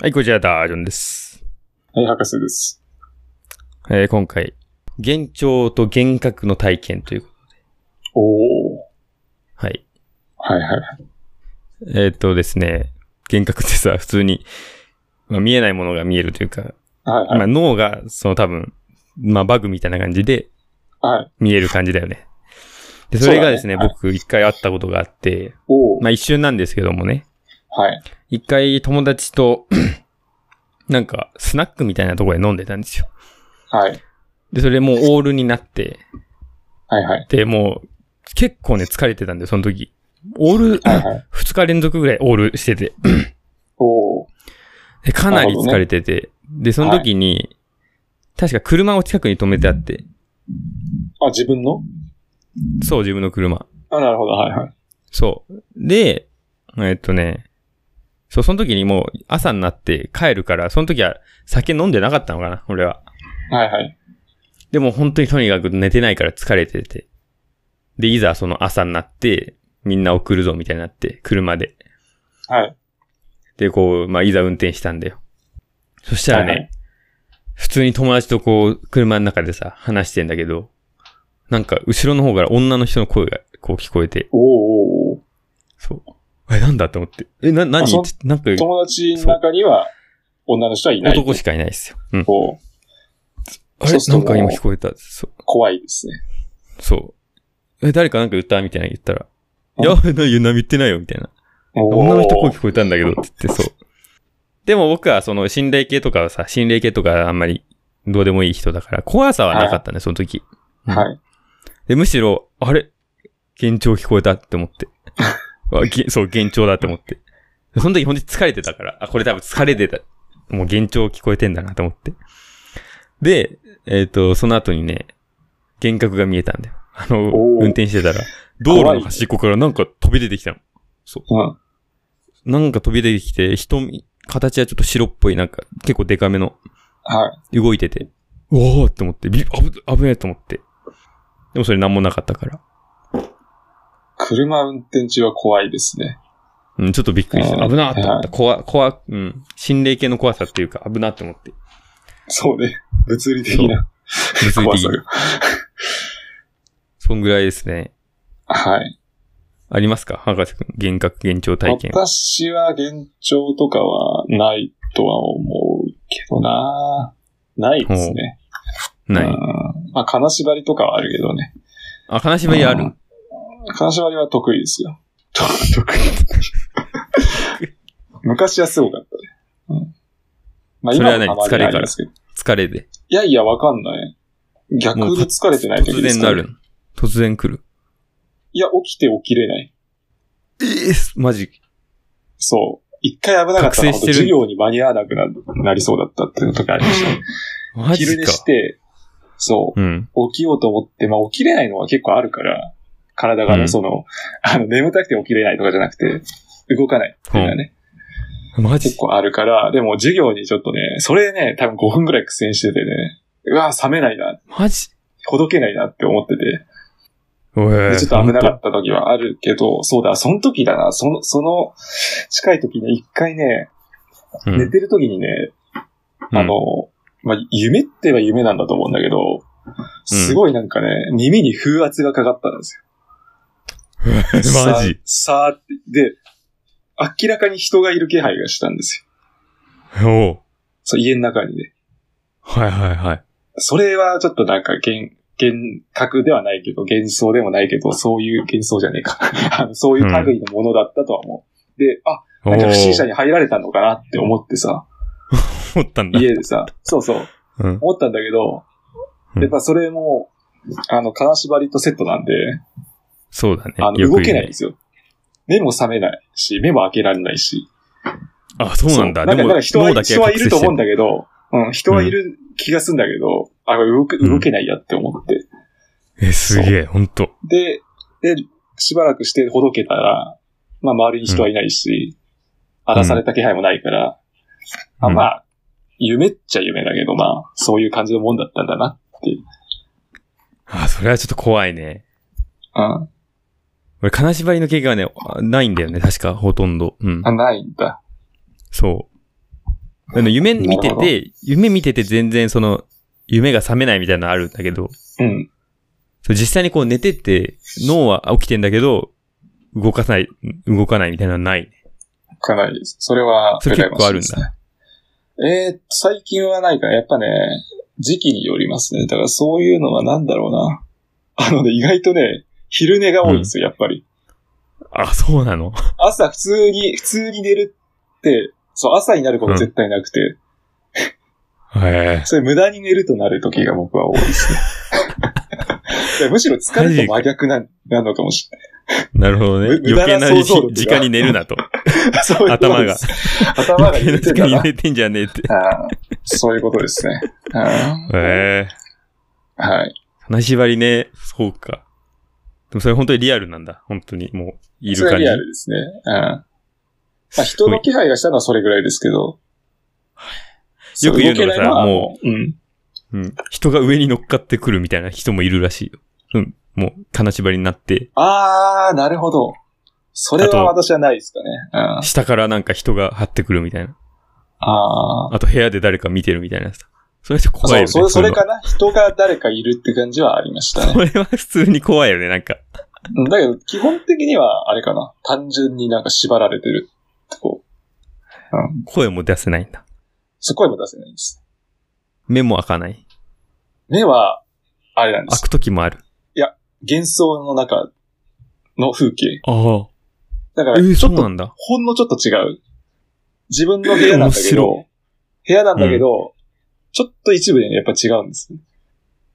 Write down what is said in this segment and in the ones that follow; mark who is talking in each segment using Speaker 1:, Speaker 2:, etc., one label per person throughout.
Speaker 1: はい、こちらダージョンです。
Speaker 2: はい、博士です。
Speaker 1: えー今回、幻聴と幻覚の体験という、
Speaker 2: おー。
Speaker 1: はい。
Speaker 2: はいはい。
Speaker 1: えーっとですね、幻覚ってさ、普通に、まあ、見えないものが見えるというか、
Speaker 2: はいはい。
Speaker 1: まあ、脳が、その多分、まあ、バグみたいな感じで
Speaker 2: はい。
Speaker 1: 見える感じだよね。で、
Speaker 2: そ
Speaker 1: そ
Speaker 2: うだね
Speaker 1: れがですね、
Speaker 2: はい
Speaker 1: 僕一回会ったことがあって、
Speaker 2: おー。
Speaker 1: まあ、一瞬なんですけどもね、
Speaker 2: はい。
Speaker 1: 一回友達と、 なんか、スナックみたいなところで飲んでたんですよ。
Speaker 2: はい。
Speaker 1: で、それもうオールになって、
Speaker 2: はいはい。
Speaker 1: で、もう、結構ね、疲れてたんで、その時。オール、
Speaker 2: はいはい。
Speaker 1: 二日連続ぐらいオールしてて、
Speaker 2: おー。
Speaker 1: でかなり疲れてて、で、その時に、確か車を近くに止めてあって、
Speaker 2: あ、自分の
Speaker 1: そう、自分の車。
Speaker 2: あ、なるほど。はいはい。
Speaker 1: そう。で、えっとね、そう、その時にもう朝になって帰るから、その時は酒飲んでなかったのかな、俺は。
Speaker 2: はいはい。
Speaker 1: でも本当にとにかく寝てないから疲れてて。で、いざその朝になって、みんな送るぞみたいになって、車で。
Speaker 2: はい。
Speaker 1: で、こう、まあ、いざ運転したんだよ。そしたらね、
Speaker 2: はいはい
Speaker 1: 普通に友達とこう、車の中でさ、話してんだけど、なんか、後ろの方から女の人の声が、こう聞こえて、
Speaker 2: おーおーお
Speaker 1: そう。え、なんだと思って。え、な、何
Speaker 2: そ
Speaker 1: ってなんか
Speaker 2: ー。、友達の中には女の人はいない。
Speaker 1: 男しかいないですよ。うん。
Speaker 2: おー。
Speaker 1: あれ
Speaker 2: そうす
Speaker 1: な
Speaker 2: る
Speaker 1: ん
Speaker 2: と
Speaker 1: か今聞こえた。そう。
Speaker 2: 怖いですね。
Speaker 1: そう。え、誰かなんか言ったみたいな言ったら、い
Speaker 2: うん
Speaker 1: や、何何言ってないよ、みたいな。
Speaker 2: おー
Speaker 1: 女の人声聞こえたんだけどって言って、そう。でも僕はその心霊系とかはさ、心霊系とかあんまりどうでもいい人だから、怖さはなかったね、その時。
Speaker 2: はい。
Speaker 1: で、むしろ、あれ幻聴聞こえたって思 って。あげそう、幻聴だって思って。その時本当に疲れてたから、あ、これ多分疲れてた。もう幻聴聞こえてんだなと思って。で、えっ、と、その後にね、幻覚が見えたんだよ。あの、
Speaker 2: おー
Speaker 1: 運転してたら、道路の端っこからなんか飛び出てきたの。
Speaker 2: うん。
Speaker 1: なんか飛び出てきて、瞳、形はちょっと白っぽい、なんか結構デカめの、
Speaker 2: はい。
Speaker 1: 動いてて、うおーって思って、び危危ねえと思って。でもそれなんもなかったから。
Speaker 2: 車運転中は怖いですね。
Speaker 1: うん、ちょっとびっくりした。
Speaker 2: うん
Speaker 1: 危なかっ
Speaker 2: は
Speaker 1: た。怖、怖、うん。心霊系の怖さっていうか、危なって思って。
Speaker 2: そうね。物理的な
Speaker 1: 物理
Speaker 2: 怖
Speaker 1: 的
Speaker 2: さ
Speaker 1: に
Speaker 2: が。。
Speaker 1: そんぐらいですね。
Speaker 2: はい。
Speaker 1: ありますか博士くん。幻覚、幻聴体験。
Speaker 2: 私は幻聴とかはないとは思うけどなないですね。
Speaker 1: な
Speaker 2: うん
Speaker 1: い。
Speaker 2: まあ、金縛りとかはあるけどね。
Speaker 1: あ、金縛りある
Speaker 2: 金縛りは得意ですよ。 と得意。昔はすごかったね。うんまあ、
Speaker 1: それは
Speaker 2: 今
Speaker 1: 何
Speaker 2: もたまにありますけど。
Speaker 1: 疲れで。
Speaker 2: いやいや、わかんない。逆に疲れてない
Speaker 1: 突
Speaker 2: 時です
Speaker 1: 然
Speaker 2: か
Speaker 1: な
Speaker 2: ね
Speaker 1: るの。突然来る。
Speaker 2: いや、起きて起きれない。
Speaker 1: ええマジ。
Speaker 2: そう。一回危なかったの
Speaker 1: 覚醒
Speaker 2: は
Speaker 1: してる
Speaker 2: 授業に間に合わなくななりそうだったっていう時ありました。
Speaker 1: マジ
Speaker 2: 昼寝
Speaker 1: か。
Speaker 2: して、そ
Speaker 1: うん。
Speaker 2: う、起きようと思って、まあ起きれないのは結構あるから、体が
Speaker 1: う
Speaker 2: ね、
Speaker 1: ん
Speaker 2: その、 あの、眠たくて起きれないとかじゃなくて、動かないっていうのはね、
Speaker 1: マジ
Speaker 2: 結。構あるから、でも授業にちょっとね、それね、多分5分くらい苦戦しててね、うわ冷めないな、
Speaker 1: マジ。
Speaker 2: ほどけないなって思ってて、
Speaker 1: おえ
Speaker 2: でちょっと危なか
Speaker 1: 本
Speaker 2: った時はあるけど、そうだ、その時だな、その、その、近い時に一回ね、
Speaker 1: 当うん
Speaker 2: 寝てる時にね、あの、まあ、夢っては夢なんだと思うんだけど、すごいなんかね、耳に風圧がかかったんですよ。
Speaker 1: マジ。
Speaker 2: ささーって。で、明らかに人がいる気配がしたんですよ。
Speaker 1: おう
Speaker 2: そう、家の中にね。
Speaker 1: はいはいはい。
Speaker 2: それはちょっとなんか幻、幻覚ではないけど、幻想でもないけど、そういう幻想じゃねえか。 あのそういう類のものだったとは思う。で、あ、なんか不審者に入られたのかなって思ってさ、
Speaker 1: おー思ったんだ。
Speaker 2: 家でさ、そうそう、
Speaker 1: うん。
Speaker 2: 思ったんだけど、
Speaker 1: うん
Speaker 2: やっぱそれも、あの、金縛りとセットなんで、
Speaker 1: そうだね。
Speaker 2: あの、
Speaker 1: よく
Speaker 2: 動
Speaker 1: 言うね
Speaker 2: けないんですよ。目も覚めないし、目も開けられないし。
Speaker 1: あ、そうなんだ。
Speaker 2: そ
Speaker 1: で
Speaker 2: うか
Speaker 1: も、
Speaker 2: なんか人は
Speaker 1: 脳だけ
Speaker 2: 人はいると思うん
Speaker 1: だ。
Speaker 2: だけど、うん、人はいる気がするんだけど、あ、動け、
Speaker 1: うん
Speaker 2: 動けないやって思って。
Speaker 1: え、すげえ、ほんと。
Speaker 2: で、で、しばらくしてほどけたら、まあ周りに人はいないし、荒らされた気配もないから、あまあ、夢っちゃ夢だけど、まあ、そういう感じのもんだったんだな。
Speaker 1: あ、それはちょっと怖いね。
Speaker 2: うん。
Speaker 1: 俺、金縛りの経験はね、あないんだよね、確か、ほとんど。うん
Speaker 2: あ、。ないんだ。
Speaker 1: そあの夢見
Speaker 2: な
Speaker 1: て
Speaker 2: るほ
Speaker 1: て、夢見てて全然その、夢が覚めないみたいなのあるんだけど、
Speaker 2: うん。
Speaker 1: そう実際にこう寝てて、脳は起きてんだけど、動かさない、動かないみたいなのはない。
Speaker 2: かなりです。それは、
Speaker 1: それ結構あるんだ
Speaker 2: 羨ましいですね。えー、最近はないから、やっぱね、時期によりますね。だからそういうのはなんだろうな。あのね、意外とね、昼寝が多いんですよ、やっぱり。
Speaker 1: あ、そうなの
Speaker 2: 朝普通に、普通に寝るって、そう、朝になること絶対なくて、
Speaker 1: へえ。
Speaker 2: それ無駄に寝るとなる時が僕は多いですね。いやむしろ疲れと真逆ななのかもしれ
Speaker 1: なるほどね。
Speaker 2: む無
Speaker 1: 余
Speaker 2: 駄な
Speaker 1: 計な
Speaker 2: 想像力が
Speaker 1: 時間に寝るなと。
Speaker 2: ない。 そういうことです。頭が
Speaker 1: 余計
Speaker 2: 揺
Speaker 1: な
Speaker 2: れて
Speaker 1: 時間
Speaker 2: んだ
Speaker 1: に
Speaker 2: な
Speaker 1: 寝てんじゃ ねえって。
Speaker 2: あーそういうことですね。あー
Speaker 1: へえ。
Speaker 2: はい。
Speaker 1: 金縛りね。そうか。でもそれ本当にリアルなんだ。本当にもう、い
Speaker 2: そ
Speaker 1: る
Speaker 2: れ
Speaker 1: 感
Speaker 2: は
Speaker 1: じ
Speaker 2: リア。ルですね。うん。ますあ、
Speaker 1: ごい
Speaker 2: 人の気配がしたのはそれぐらいですけど。
Speaker 1: よく言うのがさ
Speaker 2: そう動けないは
Speaker 1: も
Speaker 2: う、うん。
Speaker 1: うん。人が上に乗っかってくるみたいな人もいるらしいよ。うん。もう、金縛りになって、
Speaker 2: あー、なるほど。それ
Speaker 1: あと
Speaker 2: は私はないですかね。うん。
Speaker 1: 下からなんか人が張ってくるみたいな。
Speaker 2: あー。
Speaker 1: あと部屋で誰か見てるみたいなさ。それって怖いよ
Speaker 2: そう、
Speaker 1: ね。
Speaker 2: それ、それ
Speaker 1: ういう
Speaker 2: かな人が誰かいるって感じはありましたね。
Speaker 1: の。それは普通に怖いよね、なんか。
Speaker 2: うんだけど、基本的には、あれかな。単純になんか縛られてるとこ。うん。
Speaker 1: 声も出せないんだ。
Speaker 2: そこへも出せないんです。
Speaker 1: 目も開かない。
Speaker 2: 目は、あれなんです
Speaker 1: 開く時もある。
Speaker 2: 幻想の中の風景。
Speaker 1: あ
Speaker 2: だか
Speaker 1: あ。
Speaker 2: ら、
Speaker 1: えー、
Speaker 2: ち
Speaker 1: そ
Speaker 2: ょ
Speaker 1: う
Speaker 2: っと
Speaker 1: なんだ。
Speaker 2: ほんのちょっと違う。自分の部屋なんだけ
Speaker 1: 面
Speaker 2: ど、部屋なんだけど、ちょっと一部でね、やっぱ違うんですね。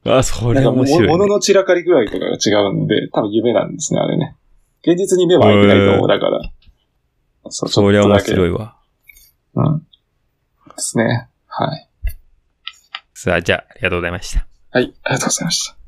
Speaker 1: あ、そ
Speaker 2: なん
Speaker 1: れ
Speaker 2: か
Speaker 1: は
Speaker 2: も
Speaker 1: 面白い、ね。
Speaker 2: のの散らかりぐらいとかが違うんで、多分夢なんですね、あれね。現実に目は開いてないと思う、だから。そう
Speaker 1: そりゃ面白
Speaker 2: い。
Speaker 1: いわ。
Speaker 2: うん。ですね。はい。
Speaker 1: さあ、じゃあ、ありがとうございました。
Speaker 2: はい、ありがとうございました。